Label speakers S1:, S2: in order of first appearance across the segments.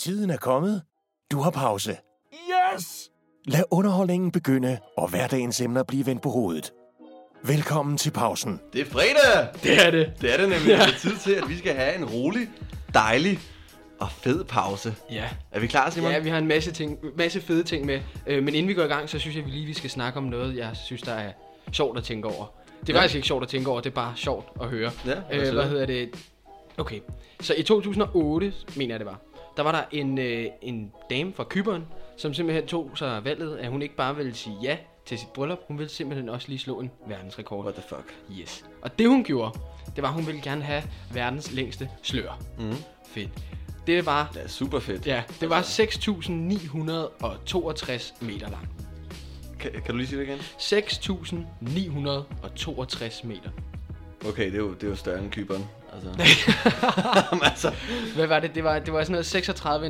S1: Tiden er kommet. Du har pause.
S2: Yes!
S1: Lad underholdningen begynde, og hverdagens emner blive vendt på hovedet. Velkommen til pausen.
S3: Det er fredag!
S2: Det er det.
S3: Det er det nemlig. Det er tid til, at vi skal have en rolig, dejlig og fed pause.
S2: Ja.
S3: Er vi klar, Simon?
S4: Ja, vi har en masse, ting, masse fede ting med. Øh, men inden vi går i gang, så synes jeg vi lige, vi skal snakke om noget, jeg synes, der er sjovt at tænke over. Det er
S3: Ja.
S4: ja. faktisk ikke sjovt at tænke over, det er bare sjovt at høre.
S3: Ja, lad os
S4: øh, hvad
S3: høre.
S4: hedder det? Okay, så i 2008, mener jeg det var, der var der en, øh, en dame fra Kyberen, som simpelthen tog sig valget, at hun ikke bare ville sige ja til sit bryllup, hun ville simpelthen også lige slå en verdensrekord.
S3: What the fuck?
S4: Yes. Og det hun gjorde, det var, at hun ville gerne have verdens længste slør.
S3: Mhm.
S4: Fedt. Det var
S3: Det er super fedt.
S4: Ja, det var 6.962 meter lang.
S3: Kan, kan du lige sige det igen?
S4: 6.962 meter.
S3: Okay, det er jo, det er jo større end kyberen. Altså. Men altså,
S4: Hvad var det? Det var, det var sådan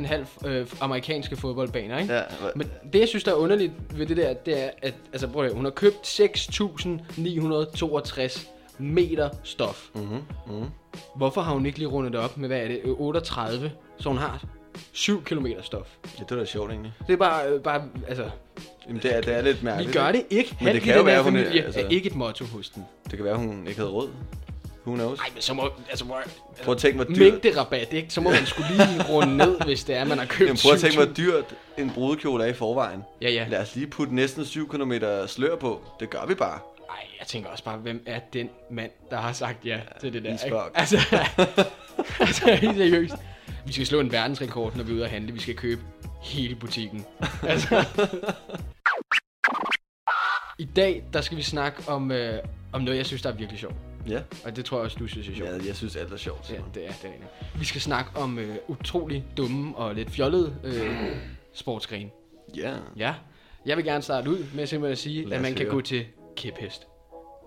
S4: noget 36,5 øh, amerikanske fodboldbaner, ikke?
S3: ja,
S4: Men det, jeg synes, der er underligt ved det der, det er, at altså, prøv at høre, hun har købt 6.962 meter stof.
S3: mm-hmm, mm-hmm.
S4: Hvorfor har hun ikke lige rundet det op med, hvad er det, øh, 38, så hun har 7 km stof.
S3: Ja, det er da sjovt egentlig.
S4: Det er bare, øh, bare altså,
S3: Jamen, det, er, det er lidt
S4: vi
S3: mærkeligt.
S4: gør det ikke.
S3: Men det
S4: Halvt i
S3: kan jo
S4: den her
S3: være, hun er-
S4: familie
S3: altså-
S4: er ikke et motto hos den.
S3: ikke? Det kan være, hun ikke havde råd. Who knows?
S4: Ej, men så må, altså, hvor,
S3: Prøv at tænke, hvor dyrt,
S4: mængderabat, ikke? Så må man skulle lige runde ned, hvis det er, man har købt
S3: Jamen, prøv at tænke, hvor
S4: 7.000.
S3: dyrt en brudekjole er i forvejen.
S4: Ja, ja.
S3: Lad os lige putte næsten 7 km slør på. Det gør vi bare.
S4: Ej, jeg tænker også bare, hvem er den mand, der har sagt ja til det der,
S3: he's
S4: ikke?
S3: fucked.
S4: Altså, altså, helt seriøst. Vi skal slå en verdensrekord, når vi er ude at handle. Vi skal købe hele butikken. Altså. I dag, der skal vi snakke om, øh, om noget, jeg synes, der er virkelig sjovt.
S3: Ja,
S4: Og det tror jeg også, du synes er sjovt.
S3: ja jeg synes alt er sjovt,
S4: Ja,
S3: Simon.
S4: det er det. Er. det. Vi skal snakke om øh, utrolig dumme og lidt fjollede øh, sportsgrene.
S3: Ja,
S4: Ja, jeg vil gerne starte ud med simpelthen at sige,
S3: Lad
S4: at
S3: os
S4: man kan
S3: høre.
S4: gå til kæphest.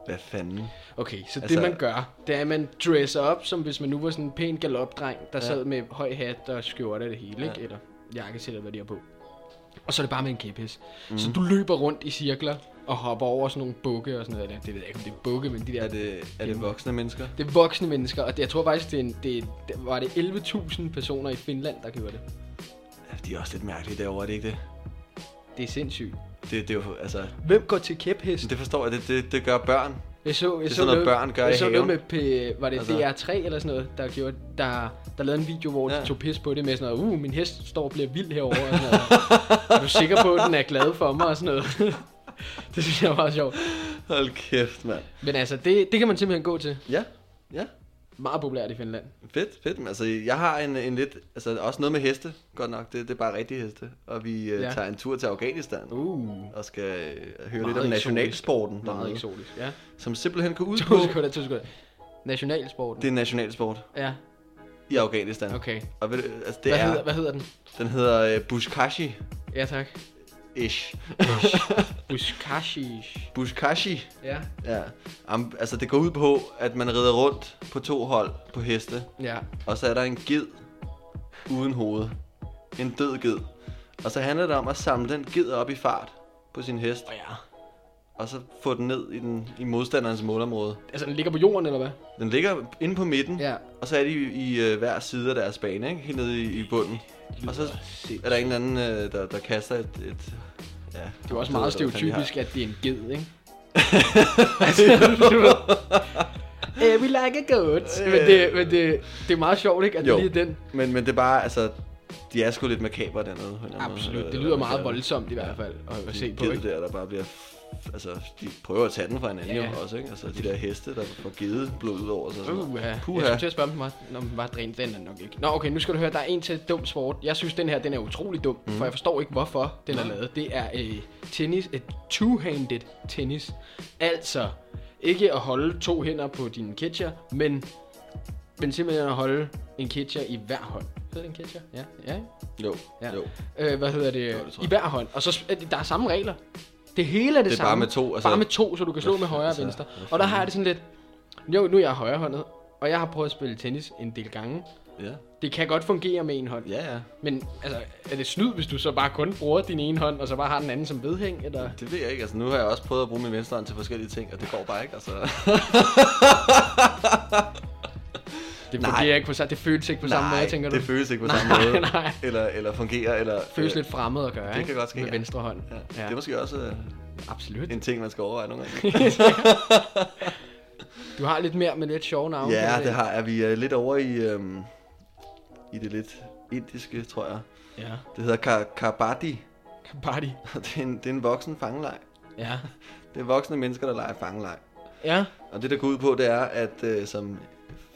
S3: hvad fanden?
S4: Okay, så altså,
S3: Altså-
S4: det man gør, det er, at man dresser op, som hvis man nu var sådan en pæn galopdreng, der ja. sad med høj hat og skjorte og det hele, ja. ikke? Eller jakkesæt eller hvad de har på. Og så er det bare med en kæphest. Mm.
S3: Mhm.
S4: Så du løber rundt i cirkler og hopper over sådan nogle bukke og sådan noget. Eller, det ved jeg ikke, om det er bukke, men de der...
S3: Er det, er det voksne mennesker?
S4: det er voksne mennesker, og det, jeg tror faktisk, det, er en, det, er- det var det 11.000 personer i Finland, der gjorde det.
S3: Ja, de er også lidt mærkelige derovre, er det ikke det?
S4: Det er sindssygt.
S3: Det, det er jo, altså...
S4: Hvem går til kæphest?
S3: Det forstår jeg, det, det, det gør børn.
S4: Jeg så, jeg
S3: er
S4: så
S3: sådan noget, børn gør
S4: jeg
S3: i
S4: så
S3: haven.
S4: noget med, P, var det
S3: Altså-
S4: DR3 eller sådan noget, der, gjorde, der, der lavede en video, hvor
S3: Ja.
S4: ja. de tog pis på det med sådan noget, uh, min hest står og bliver vild herovre, og sådan noget. er du sikker på, at den er glad for mig, og sådan noget. det synes jeg var sjovt.
S3: Hold kæft, mand.
S4: Men altså, det, det kan man simpelthen gå til.
S3: Ja, ja.
S4: Meget populært i Finland.
S3: Fedt, fedt. Men Altså, jeg har en, en lidt... Altså, også noget med heste, godt nok. Det, det er bare rigtige heste. Og vi øh, ja.
S4: Ja.
S3: tager en tur til Afghanistan.
S4: Uh,
S3: Og skal øh, høre
S4: Meget
S3: lidt om
S4: eksotisk.
S3: nationalsporten
S4: meget
S3: dernede.
S4: eksotisk. Ja.
S3: Som simpelthen går ud
S4: To
S3: på...
S4: sekunder, to sekunder. Nationalsporten.
S3: Det er en nationalsport
S4: Ja,
S3: i Afghanistan.
S4: okay.
S3: Og ved, du, altså, det
S4: Hvad,
S3: er,
S4: hedder, hvad hedder den?
S3: den hedder øh, Bushkashi-ish.
S4: Ja, tak. Buskashish.
S3: Bushkashi.
S4: Ja.
S3: Ja, Am, altså det går ud på, at man rider rundt på to hold på heste,
S4: Ja.
S3: og så er der en ged uden hoved. En død ged. Og så handler det om at samle den ged op i fart på sin hest,
S4: Og ja.
S3: og så få den ned i, den, i modstanderens målområde.
S4: Altså, den ligger på jorden, eller hvad?
S3: Den ligger inde på midten,
S4: Ja.
S3: og så er de i, i øh, hver side af deres bane, ikke? helt nede i, i bunden. Og så er der en eller anden, øh, der, der kaster et... et ja,
S4: Det er jo også
S3: ved,
S4: meget
S3: hvad fanden de har.
S4: stereotypisk, at det er en ged, ikke? altså, uh, we like a goat. Men, det, men det, det er meget sjovt, ikke? At
S3: Jo.
S4: det lige er den.
S3: Men, men det er bare, altså... De er sgu lidt makabre dernede. På en eller anden måde.
S4: Absolut. Det
S3: Eller
S4: lyder
S3: hvad man
S4: meget
S3: kalder det.
S4: voldsomt i hvert fald at, at se på,
S3: ged
S4: ikke?
S3: der, der bare bliver... f- Altså, de prøver at tage den fra hinanden
S4: Ja.
S3: jo også, ikke? Altså, de der heste, der får givet blod ud over sig. og sådan noget.
S4: Uha. Jeg
S3: Puha.
S4: skulle til at spørge, om den var- om den var drænet. Den er nok ikke. Nå, okay, nu skal du høre, der er en til dum sport. Jeg synes, den her, den er utrolig dum, mm. for jeg forstår ikke, hvorfor den er lavet. Det er øh, tennis, et two-handed tennis. Altså, ikke at holde to hænder på din catcher, men, men simpelthen at holde en catcher i hver hånd. Hedder det en catcher? Ja, ja, ikke?
S3: Jo,
S4: ja.
S3: jo.
S4: Øh, hvad hedder det?
S3: Jo, det tror
S4: I
S3: jeg.
S4: hver hånd. Og så s- er det- der er samme regler. Det hele er det,
S3: Det er bare
S4: samme.
S3: med to, altså-
S4: bare med to, så du kan slå med højre og
S3: altså,
S4: venstre.
S3: hvad
S4: Og der har jeg det sådan lidt... Jo, nu er jeg højrehåndet, og jeg har prøvet at spille tennis en del gange.
S3: Ja,
S4: Det kan godt fungere med en hånd.
S3: ja. ja.
S4: Men altså, er det snyd, hvis du så bare kun bruger din ene hånd, og så bare har den anden som vedhæng? Eller?
S3: Det ved jeg ikke. Altså, nu har jeg også prøvet at bruge min venstre hånd til forskellige ting, og det går bare ikke, altså.
S4: Det
S3: Nej.
S4: fungerer ikke på samme Det føles ikke på samme måde, tænker du?
S3: det føles ikke på
S4: Nej,
S3: samme måde.
S4: nej.
S3: Eller, eller fungerer, eller...
S4: føles
S3: øh,
S4: lidt fremmed at gøre,
S3: det
S4: ikke?
S3: kan godt ske,
S4: Med
S3: ja.
S4: venstre hånd.
S3: Ja. Ja. Det er måske også øh,
S4: Absolut.
S3: en ting, man skal overveje nogle gange.
S4: Du har lidt mere med lidt sjove navne. kan
S3: ja,
S4: jeg se.
S3: det har jeg. Vi er lidt over i, øhm, i det lidt indiske, tror jeg.
S4: Ja.
S3: Det hedder Kar- Karbadi.
S4: Party.
S3: Og det er en, det er en voksen fangeleg.
S4: Ja.
S3: Det er voksne mennesker, der leger fangeleg.
S4: Ja.
S3: Og det, der går ud på, det er, at øh, som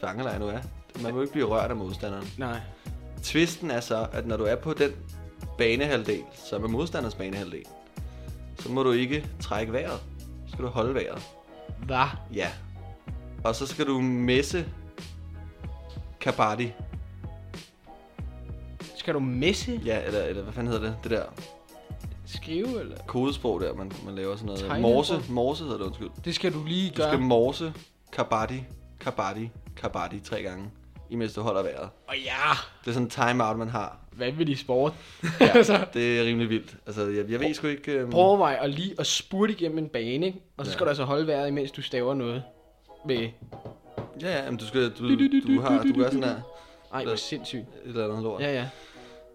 S3: fangeleg nu er, man må ikke blive rørt af modstanderen.
S4: Nej.
S3: Tvisten er så, at når du er på den banehalvdel, som er modstanders banehalvdel, så må du ikke trække vejret. Så skal du holde vejret.
S4: Hvad?
S3: Ja. Og så skal du messe Kabaddi.
S4: Skal du messe?
S3: Ja, eller, eller hvad fanden hedder det? Det der
S4: Skrive, eller?
S3: kodesprog der, man, man laver sådan noget.
S4: Tegnesprog?
S3: Morse, morse hedder det, undskyld.
S4: Det skal du lige
S3: Du
S4: gøre.
S3: skal morse Kabaddi, Kabaddi, Kabaddi tre gange, imens du holder vejret.
S4: Og ja,
S3: Det er sådan en timeout, man har.
S4: vanvittig sport.
S3: Ja,
S4: altså,
S3: det er rimelig vildt. Altså, jeg, jeg ved sgu ikke... Øhm,
S4: prøv at overveje at lige at spurte igennem en bane, ikke? Og så
S3: Ja.
S4: skal du altså holde vejret, imens du staver noget. Med...
S3: Ja, ja, men du skal... Du, du, har, du gør sådan her...
S4: Ej, hvor
S3: Lad-
S4: sindssygt.
S3: Et eller andet lort.
S4: Ja, ja.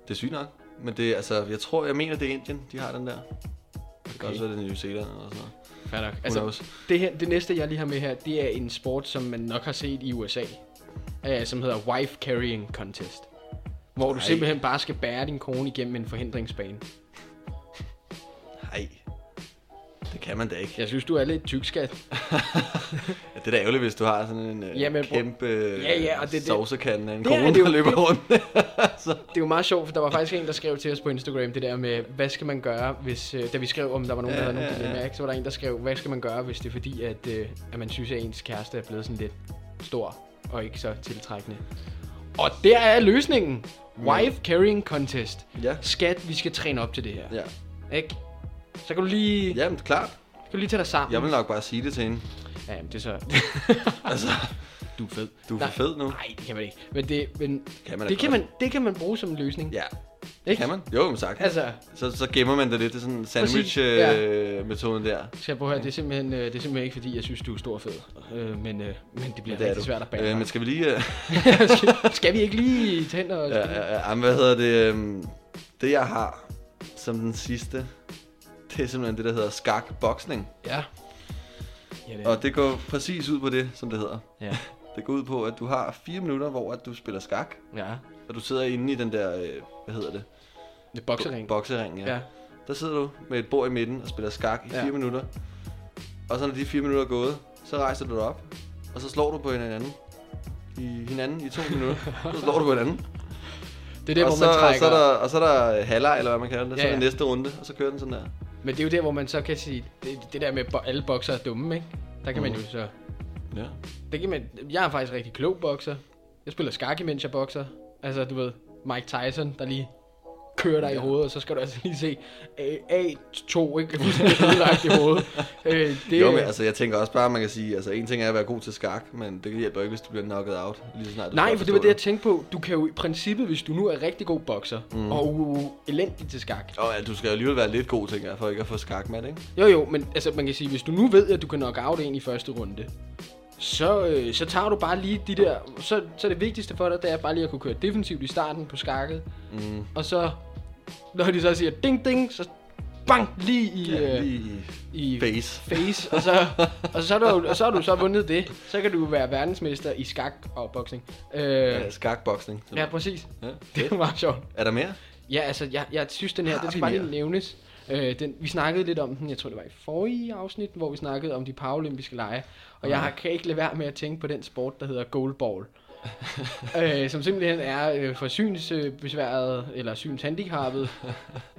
S3: Det er sygt nok. Men det er, altså, jeg tror, jeg mener, det er Indien, de har den der. Det kan
S4: Okay.
S3: også være, det er New Zealand eller sådan noget.
S4: Fair nok.
S3: Altså,
S4: Altså, det, her, det næste, jeg lige har med her, det er en sport, som man nok har set i USA. Øh, som hedder Wife Carrying Contest. Hvor du
S3: Ej.
S4: simpelthen bare skal bære din kone igennem en forhindringsbane.
S3: nej. Det kan man da ikke.
S4: Jeg synes, du er lidt tyk, skat.
S3: Ja, det er da ærgerligt, hvis du har sådan en øh,
S4: Ja, men bror-
S3: kæmpe øh,
S4: Ja, ja, og det- det-
S3: sovsekande af en
S4: Det er
S3: kone,
S4: det jo-
S3: der løber rundt.
S4: Det er jo meget sjovt, for der var faktisk en, der skrev til os på Instagram det der med, hvad skal man gøre, hvis, øh, da vi skrev, om der var nogen, der
S3: Ja,
S4: havde nogle
S3: ja, ja.
S4: dilemmaer, ikke? så var der en, der skrev, hvad skal man gøre, hvis det er fordi, at, øh, at man synes, at ens kæreste er blevet sådan lidt stor og ikke så tiltrækkende. Og der er løsningen. Wife Carrying Contest.
S3: Ja.
S4: Skat, vi skal træne op til det her.
S3: Ja.
S4: Ikke? Så kan du lige,
S3: Jamen, klart.
S4: kan du lige tage dig sammen.
S3: Jeg vil nok bare sige det til hende.
S4: Ja, jamen, det er så...
S3: Altså,
S4: du er fed.
S3: du er for fed nu.
S4: Nej, det kan man ikke. Men det, men
S3: kan man da
S4: det, kan
S3: godt.
S4: man, det kan man bruge som en løsning.
S3: Ja, det
S4: Ikke?
S3: kan man. Jo, men sagt.
S4: Altså,
S3: Så, så gemmer man det lidt til sådan en
S4: ja.
S3: sandwich-metoden der.
S4: Skal jeg prøve at høre, det er, simpelthen, øh, det er simpelthen ikke fordi, jeg synes, du er stor og fed. Øh, men, øh, men det bliver
S3: Det
S4: det
S3: er
S4: rigtig
S3: du.
S4: svært at bære.
S3: Øh, men skal vi lige... øh,
S4: skal, skal vi ikke lige tage hen og...
S3: Ja, ja, ja. øh, Jamen, hvad hedder det? øhm, Det, jeg har som den sidste, det er simpelthen det, der hedder skakboksning.
S4: ja. Ja, det er.
S3: Og det går præcis ud på det, som det hedder.
S4: ja.
S3: Det går ud på, at du har fire minutter, hvor at du spiller skak,
S4: ja.
S3: og du sidder inde i den der, øh, hvad hedder det?
S4: Det er boksering.
S3: Boksering, ja.
S4: Ja.
S3: ja. Der sidder du med et bord i midten og spiller skak i
S4: Ja.
S3: ja. fire minutter. Og så når de fire minutter er gået, så rejser du dig op, og så slår du på hinanden. I hinanden i to minutter. Så slår du på hinanden.
S4: Det er der,
S3: og,
S4: hvor
S3: så,
S4: man
S3: og,
S4: trækker.
S3: så er der, og så er der halvleg, eller hvad man kalder det.
S4: Ja,
S3: Ja, så er
S4: ja.
S3: det næste runde, og så kører den sådan der.
S4: Men det er jo der, hvor man så kan sige, det, det der med, bo- alle bokser er dumme, ikke? Der kan man
S3: Mhm.
S4: jo så...
S3: Ja.
S4: Det kan man, jeg er faktisk rigtig klog bokser. Jeg spiller skak, imens jeg bokser. Altså, du ved, Mike Tyson, der lige kører dig i hovedet, og så skal du altså lige se øh, A2, ikke? Fuldstændig ødelagt i hovedet. Øh,
S3: Det... Jo, men altså, jeg tænker også bare, at man kan sige, altså en ting er at være god til skak, men det hjælper ikke, hvis du bliver knocket out, lige så snart du
S4: Nej,
S3: skal
S4: for det var det, jeg
S3: forstå
S4: tænkte på. Du kan jo i princippet, hvis du nu er rigtig god bokser, mm. og uh, elendig til skak.
S3: Åh, ja, du skal alligevel være lidt god, tænker jeg, for ikke at få skak med, ikke?
S4: Jo jo, men altså, man kan sige, hvis du nu ved, at du kan knock out en i første runde, så, øh, så tager du bare lige de der... Så, så det vigtigste for dig, det er bare lige at kunne køre defensivt i starten på skakket. Mm. Og så, når de så siger ding ding, så bang lige i,
S3: Ja,
S4: øh,
S3: lige
S4: i
S3: face.
S4: face, og så, og så, er du, og så har du så vundet det. Så kan du være verdensmester i skak og boksning. Øh, ja,
S3: Ja, skakboksning.
S4: ja, præcis.
S3: Ja.
S4: Det er meget sjovt.
S3: Er der mere?
S4: Ja, altså, jeg, jeg synes, den her,
S3: Har
S4: den skal
S3: vi
S4: bare lige
S3: mere?
S4: nævnes. Øh, den, vi snakkede lidt om den, jeg tror, det var i forrige afsnit, hvor vi snakkede om de paralympiske lege. Og jeg har, kan ikke lade være med at tænke på den sport, der hedder goalball. øh, som simpelthen er øh, for synsbesværet, eller synshandicappet,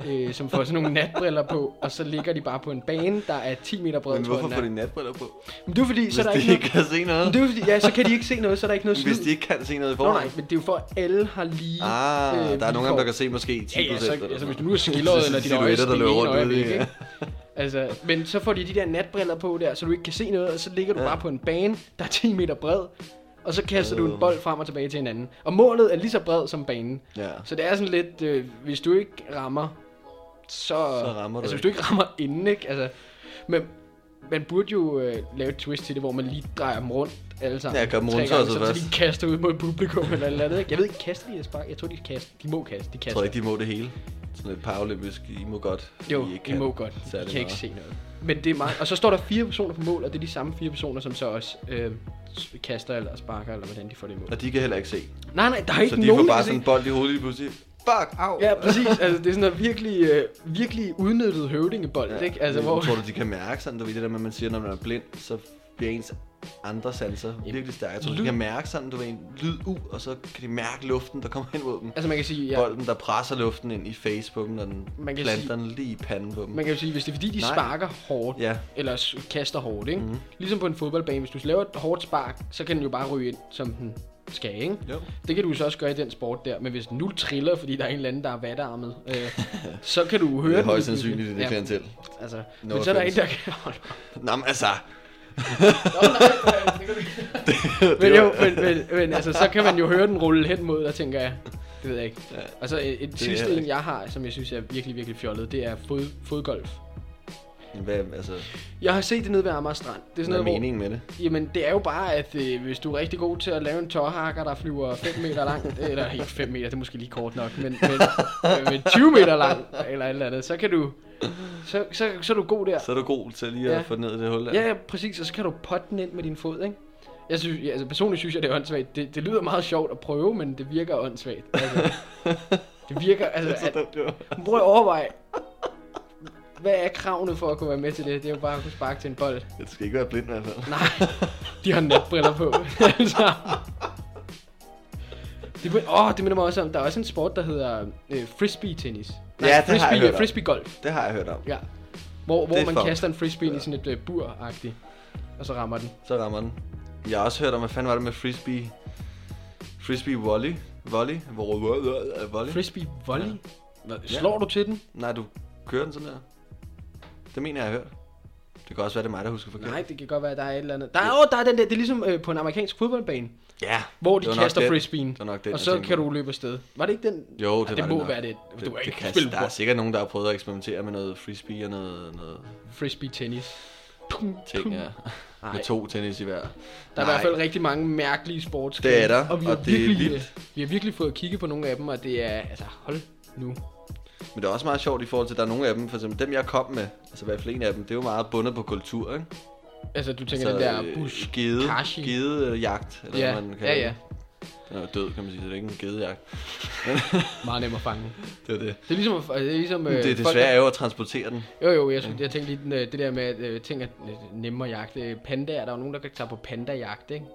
S4: øh, som får sådan nogle natbriller på, og så ligger de bare på en bane, der er 10 meter bred,
S3: Men
S4: tror jeg,
S3: hvorfor
S4: den
S3: får
S4: er.
S3: de natbriller på?
S4: Men det er jo fordi,
S3: Hvis
S4: så er der
S3: de
S4: ikke
S3: ikke,
S4: noget...
S3: kan se noget?
S4: Men det er jo fordi, ja, så kan de ikke se noget, så er der ikke noget
S3: Hvis de
S4: snyd.
S3: ikke kan se noget i
S4: Nå, nej,
S3: forvejen?
S4: men det er jo for, at alle har lige
S3: Ah, øh, der er nogle af dem, der kan se måske 10
S4: Ja, ja, så,
S3: eller
S4: altså,
S3: sådan
S4: hvis
S3: noget.
S4: du nu er skildret,
S3: Så
S4: eller
S3: de
S4: dit øje,
S3: silhuetter,
S4: der
S3: der løber
S4: løber
S3: rundt
S4: rundt
S3: ude i-
S4: ikke? Altså, men så får de de der natbriller på der, så du ikke kan se noget, og så ligger du ja. bare på en bane, der er 10 meter bred, og så kaster du en
S3: Øh.
S4: bold frem og tilbage til hinanden. Og målet er lige så bred som banen.
S3: Ja.
S4: Så det er sådan lidt, øh, hvis du ikke rammer, så...
S3: Så rammer du
S4: Altså, hvis
S3: ikke.
S4: du ikke rammer inden, ikke? Altså, men man burde jo øh, lave et twist til det, hvor man lige drejer dem rundt, alle sammen.
S3: Ja, gør dem
S4: Tre
S3: rundt,
S4: gange,
S3: så er
S4: så,
S3: det
S4: så
S3: fast.
S4: de kaster ud mod publikum eller et eller andet. ikke? Jeg ved ikke, kaster de eller spark? Jeg tror, de kaster. De må kaste. De kaster.
S3: Jeg tror ikke, de må det hele. Sådan lidt paralympisk. I må godt.
S4: Jo,
S3: I, ikke
S4: I må godt. I kan
S3: særlig
S4: ikke
S3: meget.
S4: se noget. Men det er meget. Og så står der fire personer på mål, og det er de samme fire personer, som så også øh, s- kaster eller sparker, eller hvordan de får det i mål.
S3: Og de kan heller ikke se.
S4: Nej, nej, der er ikke
S3: Så de
S4: nogen,
S3: får
S4: der
S3: bare
S4: kan
S3: sådan en
S4: se.
S3: bold i hovedet lige pludselig. Fuck, au.
S4: Ja, præcis. Altså, det er sådan noget virkelig, øh, virkelig udnyttet høvdingebold, ja, ikke? Altså,
S3: men
S4: hvor...
S3: Tror du, de kan mærke sådan, du ved det der med, at man siger, når man er blind, så bliver ens andre sanser virkelig stærke. Jeg tror,
S4: lyd-
S3: de kan mærke sådan, du ved en lyd ud, og så kan de mærke luften, der kommer ind mod dem.
S4: Altså, man kan sige, ja,
S3: Bolden, der presser luften ind i face på dem, når den
S4: Man kan
S3: planter
S4: sige-
S3: den lige i panden på dem.
S4: Man kan jo sige, hvis det er fordi, de
S3: Nej.
S4: Nej. sparker hårdt,
S3: Ja. Mhm.
S4: eller s- kaster hårdt, ikke? Mm. Ligesom på en fodboldbane, hvis du laver et hårdt spark, så kan den jo bare ryge ind, som den skal, ikke?
S3: Jo.
S4: Det kan du så også gøre i den sport der, men hvis den nu triller, fordi der er en eller anden, der er vatarmet, øh, så kan du høre
S3: Det er
S4: den
S3: højst
S4: lige pludselig.
S3: sandsynligt, det er det klientel.
S4: Altså, no men
S3: No
S4: så er der en,
S3: offense.
S4: der kan... Nå,
S3: Nå, men altså,
S4: nej, det kan du ikke. men
S3: Det
S4: jo,
S3: var-
S4: men, men, men altså, så kan man jo høre den rulle hen mod dig, tænker jeg. Det ved jeg ikke. Ja. Og så et, et sidste
S3: heller
S4: en,
S3: ikke.
S4: jeg har, som jeg synes er virkelig, virkelig fjollet, det er fod, fodgolf.
S3: hvad, altså,
S4: Jeg har set det nede ved Amager Strand. Det er
S3: hvad er
S4: sådan noget, hvor,
S3: meningen med det?
S4: Jamen, det er jo bare, at øh, hvis du er rigtig god til at lave en tårhakker, der flyver 5 meter lang, eller ikke 5 meter, det er måske lige kort nok, men, men, øh, men 20 meter lang, eller et eller andet, så kan du, så, så, så er du god der.
S3: Så er du god til lige at
S4: Ja.
S3: få ned i det hul der.
S4: Ja, ja, præcis, og så kan du potte den ind med din fod, ikke? Jeg synes, ja, altså personligt synes jeg, det er åndssvagt. Det, det lyder meget sjovt at prøve, men det virker åndssvagt. Altså, det virker, altså, at,
S3: dumt, jo.
S4: prøv at overveje, hvad er kravene for at kunne være med til det? Det er jo bare at kunne sparke til en bold.
S3: Det skal ikke være blind i hvert fald.
S4: Nej, de har natbriller på. altså. Det, min- åh, det minder mig også om, der er også en sport, der hedder øh, frisbee-tennis.
S3: Ja, det har jeg
S4: frisbee,
S3: hørt om.
S4: Frisbee-golf,
S3: Det har jeg hørt om.
S4: ja. Hvor,
S3: Det
S4: hvor
S3: er
S4: man
S3: fucked.
S4: kaster en frisbee ind i sådan et øh, bur-agtigt, og så rammer den.
S3: Så rammer den. Jeg har også hørt om, hvad fanden var det med frisbee... Frisbee volley? Volley? Hvor, volley? volley? Ja.
S4: Frisbee-volley? Hvad, Slår du til den?
S3: Nej, du kører den sådan der. Det mener jeg, jeg har hørt. Det kan også være, det er mig, der husker forkert.
S4: Nej, det kan godt være, at der er et eller andet. Der er, åh, der er den der, det er ligesom øh, på en amerikansk fodboldbane,
S3: Ja.
S4: hvor de
S3: det var nok
S4: kaster
S3: den.
S4: frisbeen,
S3: Det var nok den,
S4: og
S3: jeg
S4: så
S3: tænkte
S4: kan
S3: på.
S4: du løbe afsted. Var det ikke den?
S3: Jo, det,
S4: Ah,
S3: var
S4: det må
S3: nok.
S4: være det. Du har ikke
S3: kan-
S4: spillet
S3: Der er
S4: bord.
S3: sikkert nogen, der har prøvet at eksperimentere med noget frisbee og noget, noget
S4: Frisbee-tennis.
S3: ting her.
S4: Ej.
S3: Med to tennis i hver.
S4: Der er i hvert fald rigtig mange mærkelige sportsgrene.
S3: Det er der,
S4: og, vi har
S3: og det er
S4: virkelig, øh,
S3: vildt.
S4: Vi har virkelig fået kigget på nogle af dem, og det er, altså hold nu.
S3: Men det er også meget sjovt i forhold til, at der er nogle af dem, for eksempel dem, jeg kom med, altså i hvert fald en af dem, det er jo meget bundet på kultur, ikke?
S4: Altså du tænker den der
S3: øh,
S4: bush.
S3: gede,
S4: kashi.
S3: gede øh, jagt, eller
S4: Ja,
S3: hvad man kalder
S4: ja, ja.
S3: det. Den er jo død, kan man sige, så det er ikke en gedejagt.
S4: Meget nemt at fange.
S3: Det er det.
S4: Det er ligesom, at- det er ligesom
S3: Men
S4: øh,
S3: det er
S4: folk,
S3: desværre er jo at transportere den.
S4: Jo, jo, jeg, skulle- jeg tænkte lige den, øh, det der med, at øh, ting er øh, nemmere at jagte. Øh, Pandaer, der er jo nogen, der kan tage på pandajagt, ikke?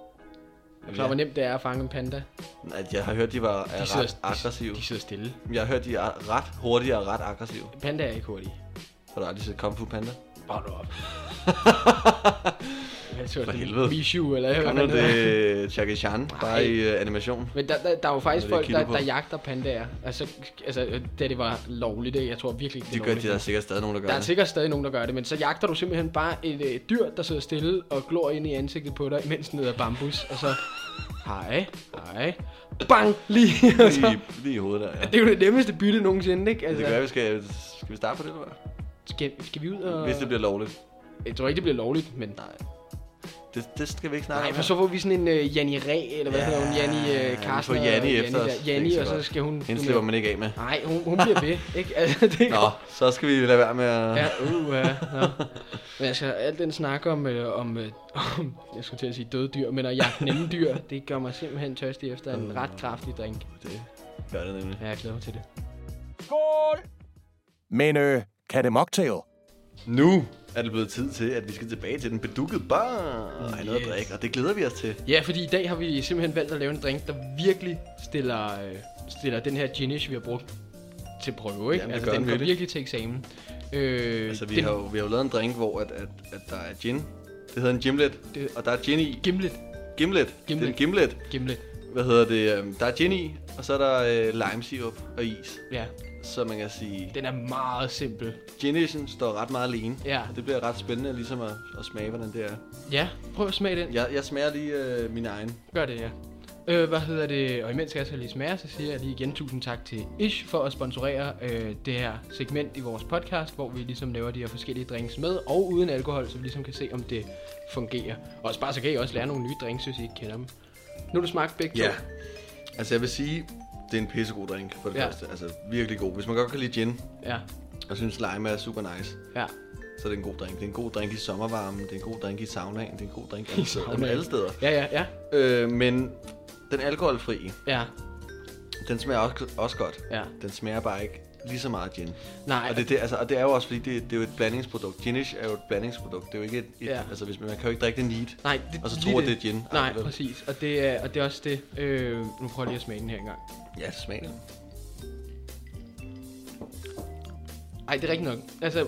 S4: Jeg er klar,
S3: Ja.
S4: hvor nemt det er at fange en panda. De
S3: At jeg har hørt, de var er ret aggressive.
S4: De, sidder stille.
S3: Jeg har hørt, de er ret hurtige og ret aggressive.
S4: Pandaer er ikke hurtige.
S3: Har du aldrig set Kung Fu Panda?
S4: Hold nu op. Jeg tror,
S3: For
S4: det er
S3: helvede.
S4: Michu, eller
S3: Gør
S4: hvad
S3: nu
S4: fanden det er.
S3: det Jackie Chan, bare i øh, animation.
S4: Men der, der, der er jo faktisk
S3: Det er
S4: folk,
S3: kilo
S4: der,
S3: på.
S4: der jagter pandaer. Altså, altså, da det var lovligt, ikke? jeg tror virkelig ikke, det
S3: De
S4: er
S3: gør,
S4: lovligt.
S3: de der er sikkert stadig nogen, der gør
S4: der er
S3: det.
S4: sikkert stadig nogen, der gør det, men så jagter du simpelthen bare et øh, dyr, der sidder stille og glor ind i ansigtet på dig, imens den hedder bambus, og så... Hej, hej. Bang! Lige, og så,
S3: Lige, lige i hovedet der, ja.
S4: det er jo det nemmeste bytte nogensinde, ikke?
S3: Det
S4: Altså,
S3: kan være, vi skal, skal vi starte på det, eller hvad?
S4: skal, skal vi ud og...
S3: Hvis det bliver lovligt.
S4: Jeg tror ikke, det bliver lovligt, men...
S3: Nej. Det, det skal vi ikke snakke
S4: Nej,
S3: om her.
S4: for så får vi sådan en uh, Janni Ræ, eller hvad
S3: Ja,
S4: hedder hun? Janni
S3: vi
S4: uh,
S3: får
S4: Carsten.
S3: Janni efter os. Det er
S4: Janni,
S3: ikke så
S4: og så
S3: godt.
S4: skal hun...
S3: Hende slipper man ikke af med.
S4: Nej, hun, hun bliver ved, ikke? Altså, det er
S3: Nå, så skal vi lade være med at...
S4: Ja, uh, uh, no. Men altså, al den snak om, øh, om, øh, om, jeg skulle til at sige døde dyr, men at jagte nemme dyr, det gør mig simpelthen tørstig efter
S3: Mm.
S4: en ret kraftig drink.
S3: Det gør det nemlig.
S4: Ja, jeg glæder mig til det.
S1: Men øh, kan det mocktail?
S3: Nu er det blevet tid til, at vi skal tilbage til den bedukkede bar og have noget at
S4: Yes.
S3: drikke, og det glæder vi os til.
S4: Ja, fordi i dag har vi simpelthen valgt at lave en drink, der virkelig stiller, øh, stiller den her ginish, vi har brugt til prøve, ikke?
S3: Jamen, det
S4: altså,
S3: gør
S4: den
S3: den
S4: går
S3: virkelig.
S4: virkelig til eksamen. Øh,
S3: Altså, vi,
S4: den,
S3: har jo, vi har jo lavet en drink, hvor at, at, at der er gin. Det hedder en gimlet,
S4: Det-
S3: og der er gin i.
S4: Gimlet.
S3: Gimlet. Det er en
S4: Gimlet.
S3: gimlet.
S4: Gimlet.
S3: Hvad hedder det? øhm, Der er gin i, og så er der øh, lime sirup og is.
S4: Ja,
S3: Så man kan sige,
S4: den er meget simpel.
S3: ginishen står ret meget alene.
S4: Ja.
S3: Og det bliver ret spændende ligesom at, at smage, hvordan det er.
S4: Ja, prøv at smage den.
S3: Jeg, jeg smager lige øh, min egen.
S4: Gør det, ja. Øh, hvad hedder det? Og imens skal jeg så lige smage, så siger jeg lige igen tusind tak til Ish for at sponsorere øh, det her segment i vores podcast, hvor vi ligesom laver de her forskellige drinks med og uden alkohol, så vi ligesom kan se, om det fungerer. Og bare så kan I også lære nogle nye drinks, hvis I ikke kender dem. Nu har du smagt begge
S3: Ja.
S4: to.
S3: Altså, jeg vil sige, det er en pissegod drink for det
S4: Ja.
S3: ja. første. Altså, virkelig god. Hvis man godt kan lide gin,
S4: Ja.
S3: og synes lime er super nice,
S4: Ja.
S3: så er det en god drink. Det er en god drink i sommervarmen, det er en god drink i saunaen, det er en god drink alle steder. Jamen, alle steder.
S4: Ja, ja, ja.
S3: Øh, men den alkoholfri,
S4: Ja.
S3: den smager også, også godt.
S4: Ja.
S3: Den smager bare ikke lige så meget gin.
S4: Nej.
S3: Og det, er det, altså, og det er jo også, fordi det, det er jo et blandingsprodukt. Ginish er jo et blandingsprodukt. Det er jo ikke et, et
S4: Ja.
S3: ja. altså, hvis man, man kan jo ikke drikke det neat.
S4: Nej, det,
S3: Og så
S4: lige
S3: tror det er gin. Ej,
S4: Nej,
S3: vel.
S4: præcis. Og det, er, og det er også det. Øh, nu prøver jeg lige at smage den her engang.
S3: Ja, det smager. det.
S4: Ej, det er rigtigt nok. Altså,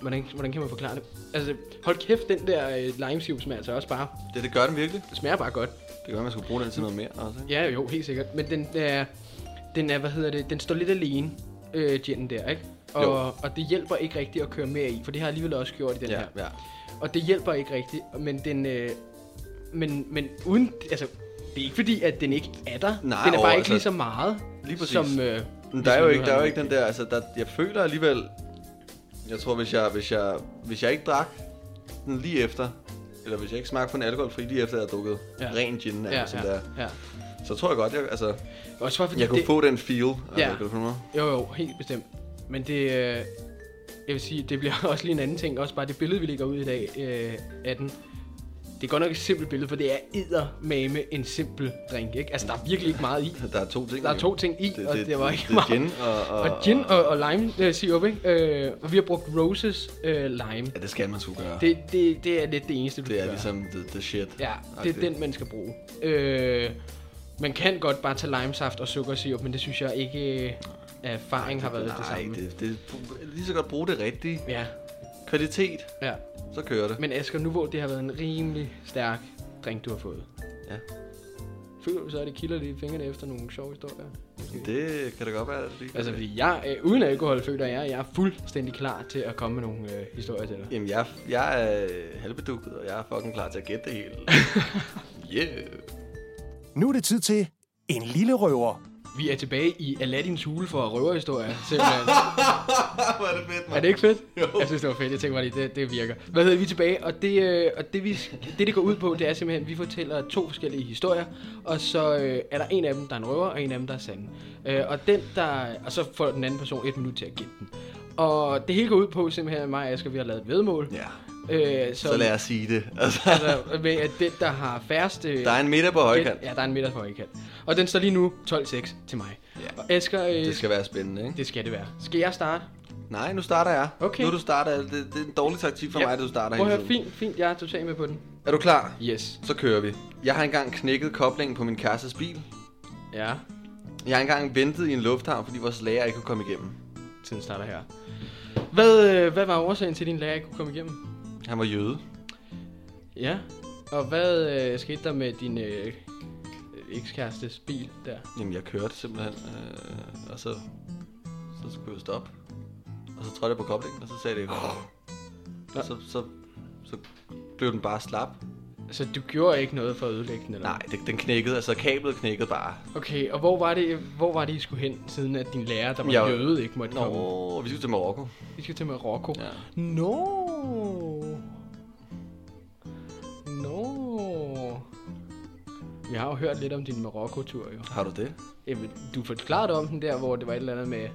S4: hvordan, hvordan kan man forklare det? Altså, hold kæft, den der øh, lime sirup smager altså også bare...
S3: Det, det gør den virkelig.
S4: Det smager bare godt.
S3: Det gør, at man skulle bruge den til noget mere også. Ikke?
S4: Ja, jo, helt sikkert. Men den er... Den er, hvad hedder det? Den står lidt alene, øh, ginen der, ikke? Og,
S3: Jo.
S4: og det hjælper ikke rigtigt at køre mere i, for det har jeg alligevel også gjort i den
S3: ja,
S4: her.
S3: ja.
S4: Og det hjælper ikke rigtigt, men den... Øh, men, men uden... Altså, det er ikke fordi, at den ikke er der.
S3: Nej,
S4: den er bare
S3: og
S4: ikke
S3: altså-
S4: lige så meget,
S3: Lige præcis.
S4: som... Øh,
S3: Men der er jo
S4: ligesom
S3: ikke, der er jo ikke
S4: Johan.
S3: den der, altså der, jeg føler alligevel, jeg tror hvis jeg, hvis jeg, hvis jeg ikke drak den lige efter, eller hvis jeg ikke smagte på en alkoholfri lige efter, jeg havde drukket
S4: Ja.
S3: ja. ren gin,
S4: Ja,
S3: nærmest, som
S4: ja,
S3: der,
S4: ja.
S3: så tror jeg godt, jeg, altså,
S4: Også for, fordi
S3: jeg kunne
S4: det,
S3: det... få den feel.
S4: Ja.
S3: Altså, kan du følge mig?
S4: Jo, jo, helt bestemt. Men det, øh, jeg vil sige, det bliver også lige en anden ting, også bare det billede, vi lægger ud i dag øh, af den. Det er godt nok et simpelt billede, for det er eddermame en simpel drink, ikke? Altså, der er virkelig ikke meget i.
S3: Der er to ting.
S4: Der er
S3: jo.
S4: to ting i,
S3: det,
S4: og det var ikke
S3: det,
S4: meget.
S3: Det er gin og, og,
S4: Og gin og, og lime øh, sirup, ikke? Øh, og vi har brugt roses øh, lime.
S3: Ja, det skal man sgu gøre. Det,
S4: Det, det, det er lidt det eneste, du
S3: det
S4: kan
S3: er
S4: gøre.
S3: ligesom the, the shit.
S4: Ja, det er
S3: Agtigt.
S4: den, man skal bruge. Øh, man kan godt bare tage limesaft og sukkersirup, men det synes jeg ikke øh, erfaring har været det
S3: Nej,
S4: samme.
S3: det, det, lige så godt bruge det rigtige.
S4: Ja,
S3: Kvalitet,
S4: ja.
S3: så kører det.
S4: Men Asger, nu hvor det har været en rimelig stærk drink, du har fået.
S3: Ja.
S4: Føler du så, at det kilder lidt i fingrene efter nogle sjove historier? Måske?
S3: Det kan da godt være, at det lige
S4: Altså, fordi jeg, øh, uden alkohol, føler jeg, at jeg er fuldstændig klar til at komme med nogle øh, historier til dig.
S3: Jamen, jeg, jeg er halvbedukket, og jeg er fucking klar til at gætte det hele. yeah.
S1: Nu er det tid til en lille røver.
S4: Vi er tilbage i Aladdins hule for røverhistorier, simpelthen.
S3: Hvor er det fedt,
S4: er det ikke fedt? Jo. Jeg synes, det var fedt. Jeg tænkte bare lige, det, det virker. Hvad hedder det, vi er tilbage? Og det, øh, og det, vi, det, det går ud på, det er simpelthen, at vi fortæller to forskellige historier, og så øh, er der en af dem, der er en røver, og en af dem, der er sande. Øh, og, den, der, og så får den anden person et minut til at gætte den. Og det hele går ud på simpelthen, at mig og Asger, vi har lavet et vedmål.
S3: Ja,
S4: Øh, som,
S3: så lad os sige det. Altså,
S4: Altså, med at den, der har færrest... Øh,
S3: der er en middag på højkant.
S4: Den, ja, der er en middag på højkant. Og den står lige nu 12-6 til mig.
S3: Ja.
S4: Og Asger, øh,
S3: Det skal være spændende, ikke?
S4: det skal det være. Skal jeg starte?
S3: Nej, nu starter jeg.
S4: Okay.
S3: Nu er du starter jeg. Det, det er en dårlig taktik for ja. mig, at du starter
S4: Prøv at
S3: hele
S4: høre,
S3: tiden.
S4: fint, fint, jeg er totalt med på den.
S3: Er du klar?
S4: Yes.
S3: Så kører vi. Jeg har engang knækket koblingen på min kærestes bil.
S4: Ja,
S3: Jeg har engang ventet i en lufthavn, fordi vores lærer ikke kunne komme igennem.
S4: tiden starter her. Hvad, øh, hvad var årsagen til, at din lærer ikke kunne komme igennem?
S3: Han var jøde.
S4: Ja. Og hvad øh, skete der med din øh, ekskærestes bil der?
S3: Jamen, jeg kørte simpelthen, øh, og så, så skulle jeg stoppe. Og så trådte jeg på koblingen, og så sagde det... Og så, så, så blev den bare slap.
S4: Så Altså, du gjorde ikke noget for at ødelægge den, eller?
S3: Nej, det, den knækkede, altså kablet knækkede bare.
S4: Okay, og hvor var det, hvor var det I skulle hen, siden at din lærer, der var
S3: Jeg-
S4: jøde, ikke måtte komme?
S3: Nå, vi skulle til Marokko.
S4: Vi skal til Marokko.
S3: Ja.
S4: Nå. Nå. Vi har jo hørt lidt om din Marokko-tur, jo.
S3: Har du det?
S4: Jamen, du forklarede om den der, hvor det var et eller andet med...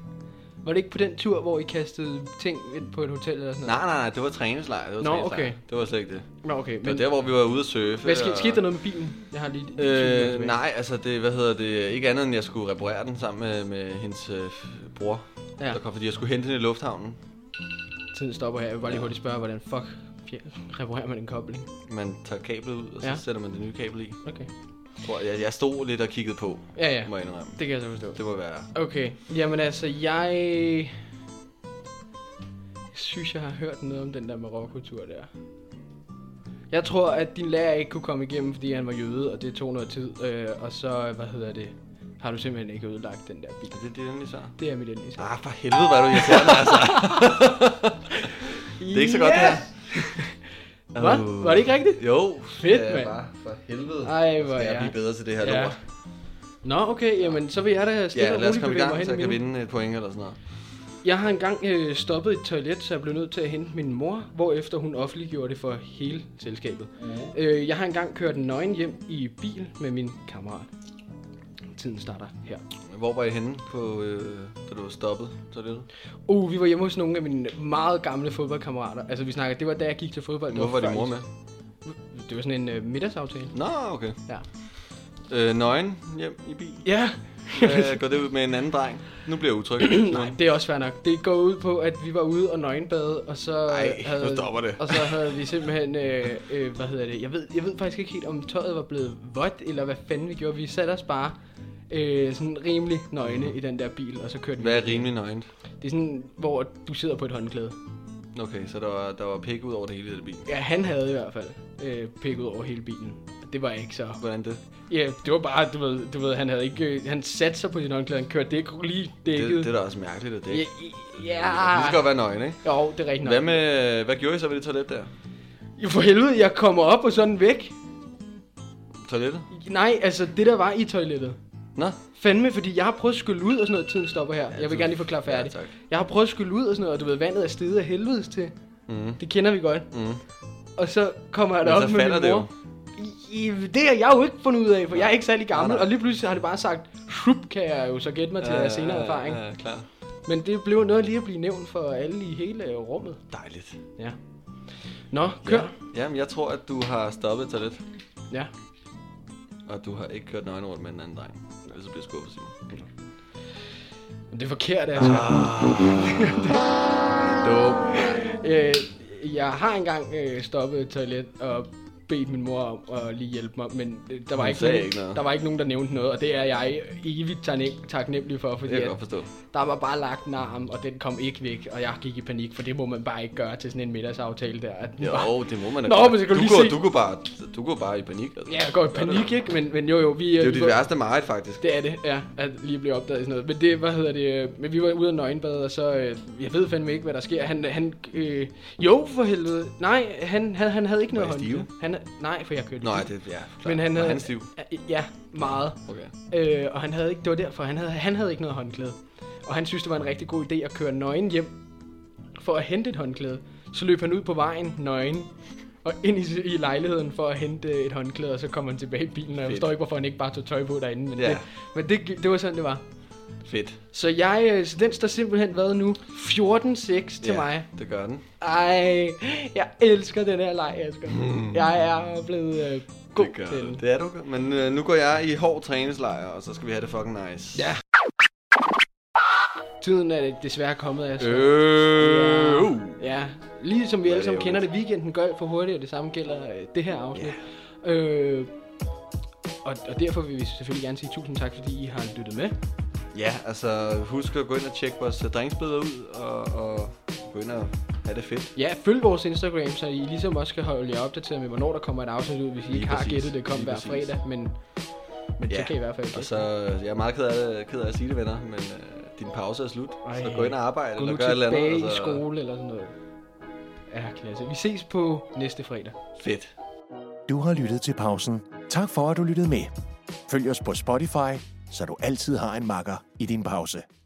S4: Var det ikke på den tur, hvor I kastede ting ind på et hotel eller sådan noget?
S3: Nej, nej, nej, det var træningslejr. Det var
S4: Nå,
S3: træningslejr.
S4: okay.
S3: Det var slet ikke det.
S4: Nå, okay,
S3: Det var
S4: men...
S3: der, hvor vi var ude at surfe.
S4: Hvad skete,
S3: og-
S4: skete der noget med bilen? Jeg har lige... lige
S3: Øh, nej, altså det, hvad hedder det, ikke andet end jeg skulle reparere den sammen med, med hendes øh, bror.
S4: Ja.
S3: Ja. Der kom, fordi jeg skulle hente hende i lufthavnen.
S4: Tiden stopper her. Jeg vil bare lige hurtigt spørge, hvordan fuck fjer- reparerer man en kobling?
S3: Man tager kablet ud, og så
S4: Ja.
S3: ja. sætter man det nye kabel i.
S4: Okay.
S3: Tror jeg, jeg stod lidt og kiggede på,
S4: Ja, ja.
S3: må jeg indrømme.
S4: Det kan jeg så forstå.
S3: Det må være.
S4: Okay, jamen altså, jeg... Jeg synes, jeg har hørt noget om den der Marokko-tur der. Jeg tror, at din lærer ikke kunne komme igennem, fordi han var jøde, og det tog noget tid. Øh, og så, hvad hedder det, har du simpelthen ikke ødelagt den der bil.
S3: Er det det endelige svar?
S4: Det er mit endelige svar.
S3: Ah, for helvede, var du irriterende, altså. Det er ikke så godt, det her.
S4: Hvad? Var det ikke rigtigt?
S3: Jo,
S4: Fedt,
S3: ja,
S4: mand.
S3: bare for helvede.
S4: Ej, hvor
S3: skal jeg
S4: ja.
S3: blive bedre til det her
S4: Ja.
S3: lort.
S4: Nå, okay, jamen, så vil jeg da stille
S3: Ja,
S4: og
S3: lad os
S4: roligt
S3: komme i
S4: bevæge mig
S3: gang, så jeg
S4: hen i
S3: kan
S4: min-
S3: vinde et point eller sådan noget.
S4: Jeg har engang øh, stoppet et toilet, så jeg blev nødt til at hente min mor, hvorefter hun offentliggjorde det for hele selskabet.
S3: Mm.
S4: Øh, jeg har engang kørt en nøgen hjem i bil med min kammerat. Tiden starter her.
S3: Hvor var I henne, på, øh, da du var stoppet? Så det
S4: Uh, vi var hjemme hos nogle af mine meget gamle fodboldkammerater. Altså, vi snakker, det var da jeg gik til fodbold.
S3: Hvorfor var
S4: det
S3: din mor
S4: før-
S3: med?
S4: Det var sådan en øh, middagsaftale.
S3: Nå, okay.
S4: Ja.
S3: Øh, nøgen hjem i bil.
S4: Ja,
S3: Øh, går det ud med en anden dreng? Nu bliver jeg utryg.
S4: Nej, det er også fair nok. Det går ud på, at vi var ude og nøgenbade, og så
S3: Ej, nu stopper det.
S4: og så havde vi simpelthen, øh, øh, hvad hedder det, jeg ved, jeg ved faktisk ikke helt, om tøjet var blevet vådt, eller hvad fanden vi gjorde. Vi satte os bare øh, sådan rimelig nøgne i den der bil, og så kørte
S3: Hvad er
S4: vi.
S3: rimelig nøgent?
S4: Det er sådan, hvor du sidder på et håndklæde.
S3: Okay, så der var, der var pik ud over det hele i den bil.
S4: Ja, han havde i hvert fald øh, pikket ud over hele bilen. Det var ikke så.
S3: Hvordan det?
S4: Ja, det var bare, du ved, du ved han havde ikke, øh, han satte sig på sin håndklæde, han kørte det ikke lige dækket.
S3: Det, det er da også mærkeligt, at det
S4: ja,
S3: ikke... Det
S4: ja.
S3: skal godt være nøgen, ikke?
S4: Jo, det er rigtigt nok.
S3: Hvad, med, hvad gjorde I så ved det toilet der?
S4: Jo, for helvede, jeg kommer op og sådan væk.
S3: Toilettet?
S4: Nej, altså det der var i toilettet.
S3: Nå,
S4: Fandme, fordi jeg har prøvet at skylle ud og sådan noget, tiden stopper her. jeg vil
S3: du-
S4: gerne lige forklare
S3: ja,
S4: færdigt.
S3: tak.
S4: jeg har prøvet at skylle ud og sådan noget, og du ved, vandet er steget af helvedes til.
S3: Mhm.
S4: Det kender vi godt.
S3: Mhm.
S4: Og så kommer jeg
S3: Men
S4: derop
S3: så
S4: med
S3: falder
S4: min
S3: det
S4: mor. I, I, det har jeg jo ikke fundet ud af, for jeg er ikke særlig gammel.
S3: Nej, nej.
S4: Og lige pludselig har det bare sagt, shrup, kan jeg jo så gætte mig til af senere erfaring.
S3: Ja, ja, klar.
S4: Men det blev noget lige at blive nævnt for alle i hele øh, rummet.
S3: Dejligt.
S4: Ja. Nå, kør.
S3: Ja. Jamen, jeg tror, at du har stoppet et toilet,
S4: Ja.
S3: og du har ikke kørt nøgen rundt med en anden dreng. Ellers så bliver jeg skuffet, Simon.
S4: Men Det er forkert, altså.
S3: Ah. Dum.
S4: Øh, jeg har engang øh, stoppet et toilet og bedt min mor om at lige hjælpe mig, men øh, der var,
S3: Hun
S4: ikke
S3: sagde
S4: nogen,
S3: ikke noget.
S4: der var ikke nogen, der nævnte noget, og det er jeg evigt takne- taknemmelig for,
S3: Det
S4: fordi
S3: kan jeg
S4: at
S3: godt forstå.
S4: der var bare lagt en arm, og den kom ikke væk, og jeg gik i panik, for det må man bare ikke gøre til sådan en middagsaftale der. At den
S3: Jo,
S4: bare,
S3: det må man da
S4: Nå,
S3: godt.
S4: men så kan du
S3: du
S4: lige
S3: går,
S4: se-
S3: Du går bare, du går bare i panik. Altså.
S4: ja, jeg går i panik, ikke? Men, men jo, jo, vi...
S3: Det er jo dit værste mareridt, faktisk.
S4: Det er det, ja, at lige blive opdaget i sådan noget. Men det, hvad hedder det, øh, men vi var ude af nøgenbade, og så, øh, jeg ved fandme ikke, hvad der sker. Han, han, øh, jo for helvede, nej, han, havde, han havde ikke noget
S3: Var I stive?
S4: håndklæde. Han, nej, for jeg kørte
S3: Nej,
S4: i bil.
S3: det ja, klar.
S4: Men han øh,
S3: Var
S4: havde,
S3: han stiv.
S4: Ja, meget.
S3: Okay.
S4: Øh, og han havde ikke, det var derfor, han havde, han havde ikke noget håndklæde. Og han synes, det var en rigtig god idé at køre nøgen hjem for at hente et håndklæde. Så løb han ud på vejen, nøgen, og ind i, i lejligheden for at hente øh, et håndklæde, og så kom han tilbage i bilen, og jeg
S3: Fedt.
S4: forstår ikke, hvorfor han ikke bare tog tøj på derinde. Men,
S3: Ja.
S4: det, men det, det var sådan, det var.
S3: Fedt.
S4: Så jeg, øh, så den står simpelthen hvad nu? 14-6 til
S3: Ja,
S4: mig.
S3: Det gør den.
S4: Ej, jeg elsker den her leg, Asger. Jeg er blevet øh, god
S3: Hmm. det, gør
S4: til den.
S3: det. det er du. Men øh, nu går jeg i hård træningslejr, og så skal vi have det fucking nice.
S4: Ja. Tiden er desværre kommet, Asger.
S3: Øh. Uh.
S4: Ja, ligesom
S3: Hvor
S4: vi
S3: er
S4: alle
S3: det
S4: sammen kender det,
S3: ærgerligt.
S4: weekenden går alt for hurtigt, og det samme gælder øh, det her afsnit. Øh, og, og derfor vil vi selvfølgelig gerne sige tusind tak, fordi I har lyttet med.
S3: Ja, altså husk at gå ind og tjekke vores øh, drengsbilleder ud, og, og gå ind og have det fedt.
S4: Ja, følg vores Instagram, så I ligesom også kan holde jer opdateret med, hvornår der kommer et afsnit ud, hvis I
S3: Lige
S4: ikke har
S3: præcis.
S4: gættet, det kom
S3: Lige
S4: hver
S3: præcis.
S4: fredag, men, men så
S3: Ja.
S4: kan I i hvert fald gætte.
S3: Og så, øh, jeg er meget ked af, ked af at sige det, venner, men øh, din pause er slut. Ej, så
S4: Ej.
S3: gå ind og arbejde,
S4: Gå nu
S3: eller gør et eller andet.
S4: tilbage
S3: og så-
S4: i skole eller sådan noget. Ja, klasse. Vi ses på næste fredag.
S3: Fedt.
S1: Du har lyttet til pausen. Tak for, at du lyttede med. Følg os på Spotify, så du altid har en makker i din pause.